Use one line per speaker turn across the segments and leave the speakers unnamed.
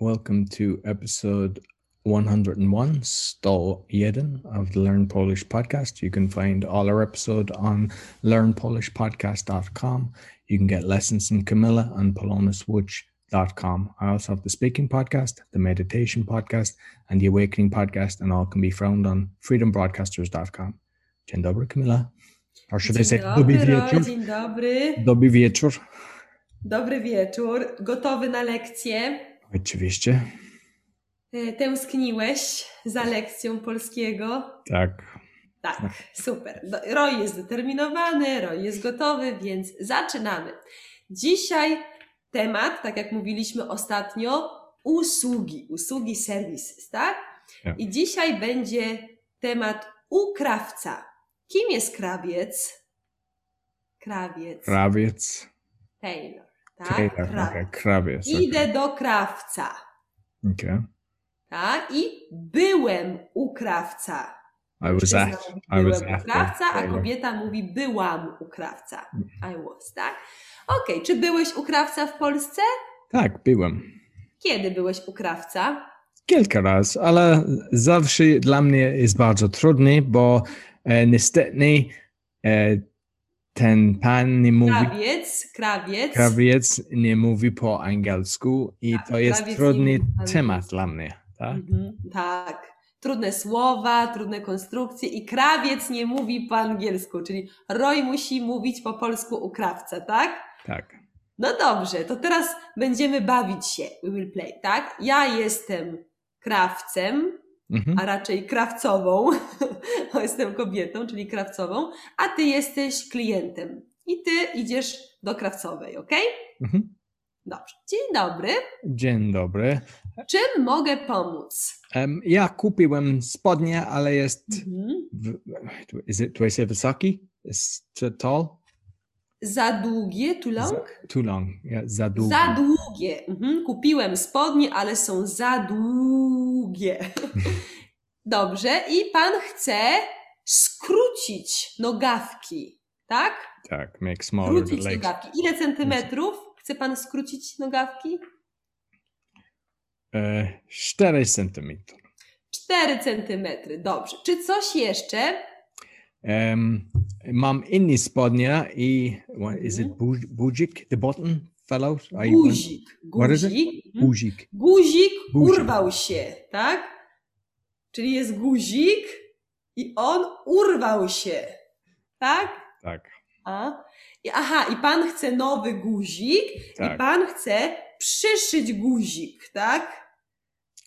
Welcome to episode 101, Sto Jeden of the Learn Polish podcast. You can find all our episode on learnpolishpodcast.com. You can get lessons from Camilla on polonuswuch.com. I also have the speaking podcast, the meditation podcast, and the awakening podcast, and all can be found on freedombroadcasters.com. Dzień dobry, Camilla. Or should I
Dzień
say,
dobry,
dobry
Roy,
wieczór.
dzień dobry.
Dobry wieczór.
Dobry wieczór. Gotowy na lekcję.
Oczywiście.
Y, Tęskniłeś za lekcją polskiego.
Tak.
Tak, super. Do- Roy jest zdeterminowany, Roy jest gotowy, więc zaczynamy. Dzisiaj temat, tak jak mówiliśmy ostatnio, usługi, usługi, services, tak?
Tak.
I dzisiaj będzie temat u krawca. Kim jest krawiec? Krawiec.
Krawiec.
Taylor. Tak,
Taylor.
krawiec.
Okay. Krawiec. okej.
Idę do krawca,
Okay.
tak? I byłem u krawca.
I was
Przyznam,
at. I
byłem
was
u
at.
krawca, a
Taylor.
kobieta mówi byłam u krawca. I was, tak? Okej, czy byłeś u krawca w Polsce?
Tak, byłem.
Kiedy byłeś u krawca?
Kilka razy, ale zawsze dla mnie jest bardzo trudny, bo e, niestety e, ten pan nie mówi,
Krawiec, krawiec.
krawiec nie mówi po angielsku i
Tak,
to jest
krawiec nie
trudny
mówi po
temat
angielsku.
dla mnie. Tak?
Mhm, tak. Trudne słowa, trudne konstrukcje i krawiec nie mówi po angielsku, czyli Roy musi mówić po polsku u krawca, tak?
tak.
No dobrze, to teraz będziemy bawić się. We will play, tak? Ja jestem krawcem,
Mhm.
a raczej krawcową, bo jestem kobietą, czyli krawcową, a ty jesteś klientem. I ty idziesz do krawcowej, ok?
Mhm.
Dobrze. Dzień dobry.
Dzień dobry.
Czym mogę pomóc?
Em, ja kupiłem spodnie, ale jest.
Mhm.
W, is it, do I say wysoki? Is too tall?
Za długie, too long?
Za, too long. Yeah, za długi.
Za długie. Mhm. Kupiłem spodnie, ale są za długie. Dobrze. I pan chce skrócić nogawki, tak?
Tak, make smaller the
Skrócić
legs.
nogawki. Ile centymetrów chce pan skrócić nogawki?
E, 4 centymetry.
4 centymetry. Dobrze. Czy coś jeszcze?
Em, mam inni spodnie i what is it
Mhm.
bu- budzik? The button fell out? I-
Guzik.
What is it?
Guzik. Mhm.
Budzik.
Guzik
Guzik.
urwał się, tak? Czyli jest guzik i on urwał się, tak?
Tak,
A? I, aha, i pan chce nowy guzik, i
tak.
pan chce przyszyć guzik, tak?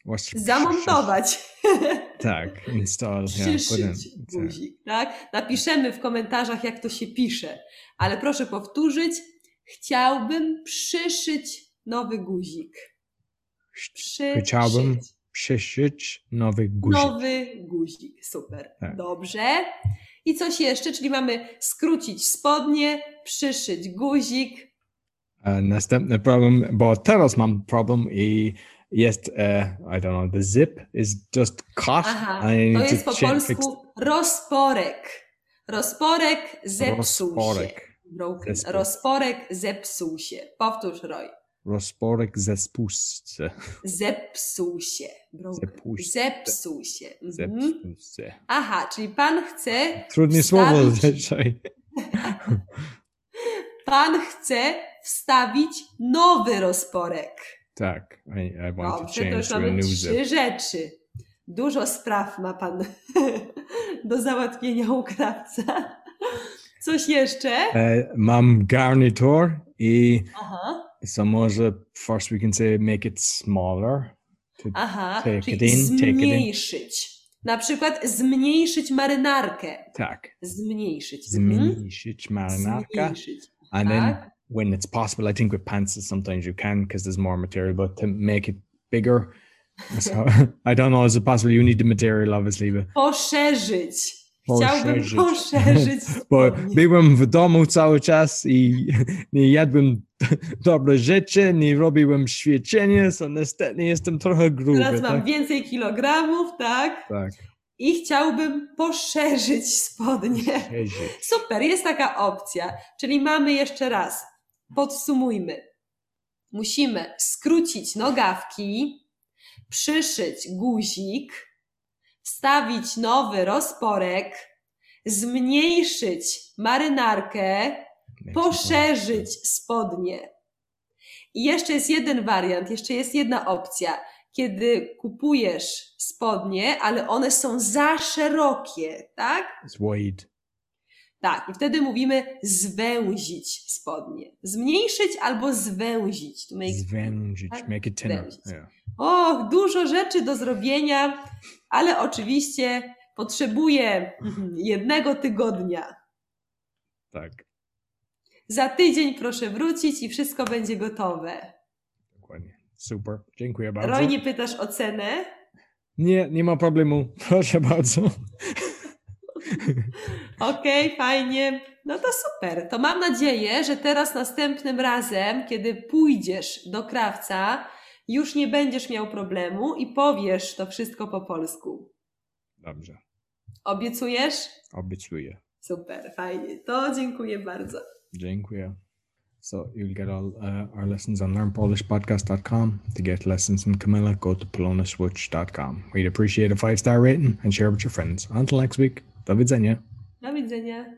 What's-
Zamontować,
Tak, install. Yeah, put in.
przyszyć guzik, tak? Napiszemy w komentarzach, jak to się pisze, ale proszę powtórzyć, chciałbym przyszyć nowy guzik.
Chci-
Przyszyć.
Chciałbym Przyszyć nowy guzik.
Nowy guzik, super.
Tak.
Dobrze. I coś jeszcze, czyli mamy skrócić spodnie, przyszyć guzik.
E, następny problem, bo teraz mam problem i jest, e, I don't know, the zip is just caught.
Aha,
I
to
need to
jest po
check- fix
polsku rozporek. Rozporek zepsuł się.
Rozporek.
Broken.
Zespół.
Rozporek zepsuł się. Powtórz, Roy.
Rozporek zespółce.
Zepsuł się. Broken.
Zepsuł-
Zepsuł się. Mhm.
Zepsułce.
Aha, czyli pan chce
Trudne słowo
Wstawić.
dzisiaj.
Pan chce wstawić nowy rozporek.
Tak, I, I want to
Dobrze, to
change
już
to a
mamy
new zip.
trzy rzeczy. Dużo spraw ma pan do załatwienia u krawca. Coś jeszcze?
E, mam garnitur i
Aha,
so może first we can say make it smaller.
aha.
Take it
czyli
in, take it in.
zmniejszyć. Na przykład zmniejszyć marynarkę.
Tak,
Zmniejszyć. Mhm.
zmniejszyć marynarka.
Zmniejszyć.
And then
tak.
when it's possible, I think with pants sometimes you can because there's more material, but to make it bigger. So I don't know, is it possible? You need the material obviously, but
Poszerzyć. Chciałbym
Poszerzyć.
poszerzyć.
Bo
spodnie.
byłem w domu cały czas i nie jadłem dobre rzeczy, nie robiłem świecenia, so niestety jestem trochę gruby.
Teraz mam
tak?
więcej kilogramów, tak?
tak.
i chciałbym poszerzyć spodnie.
Jezu.
Super, jest taka opcja. Czyli mamy jeszcze raz. Podsumujmy. musimy skrócić nogawki, przyszyć guzik, wstawić nowy rozporek, zmniejszyć marynarkę,
Makes
poszerzyć spodnie. I jeszcze jest jeden wariant, jeszcze jest jedna opcja. Kiedy kupujesz spodnie, ale one są za szerokie, tak?
It's wide.
Tak, i wtedy mówimy zwęzić spodnie. Zmniejszyć albo zwęzić. To make...
Zwężyć.
tak?
Make it thinner.
Zwężyć.
Yeah.
O, dużo rzeczy do zrobienia, ale oczywiście potrzebuję mhm, jednego tygodnia.
Tak,
Za tydzień proszę wrócić i wszystko będzie gotowe.
dokładnie. Super. Dziękuję bardzo.
Roy, nie pytasz o cenę?
Nie, nie ma problemu. Proszę bardzo.
Okej, fajnie. No to super. To mam nadzieję, że teraz następnym razem, kiedy pójdziesz do krawca, już nie będziesz miał problemu i powiesz to wszystko po polsku.
Dobrze.
Obiecujesz?
Obiecuję.
Super, fajnie. To dziękuję bardzo.
Dziękuję. So you'll get all uh, our lessons on learnpolishpodcast.com. To get lessons from Camilla, go to polonaswitch.com. We'd appreciate a five-star rating and share with your friends. Until next week, do widzenia.
Do widzenia.